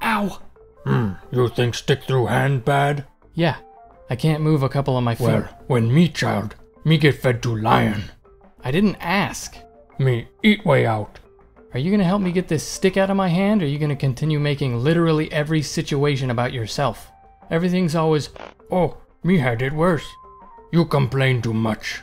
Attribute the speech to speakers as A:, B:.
A: Wow.
B: Hmm, you think stick through hand bad?
A: Yeah. I can't move a couple of my feet.
B: Well, when me child, me get fed to lion.
A: I didn't ask.
B: Me eat way out.
A: Are you gonna help me get this stick out of my hand, or are you gonna continue making literally every situation about yourself? Everything's always,
B: Oh, me had it worse. You complain too much.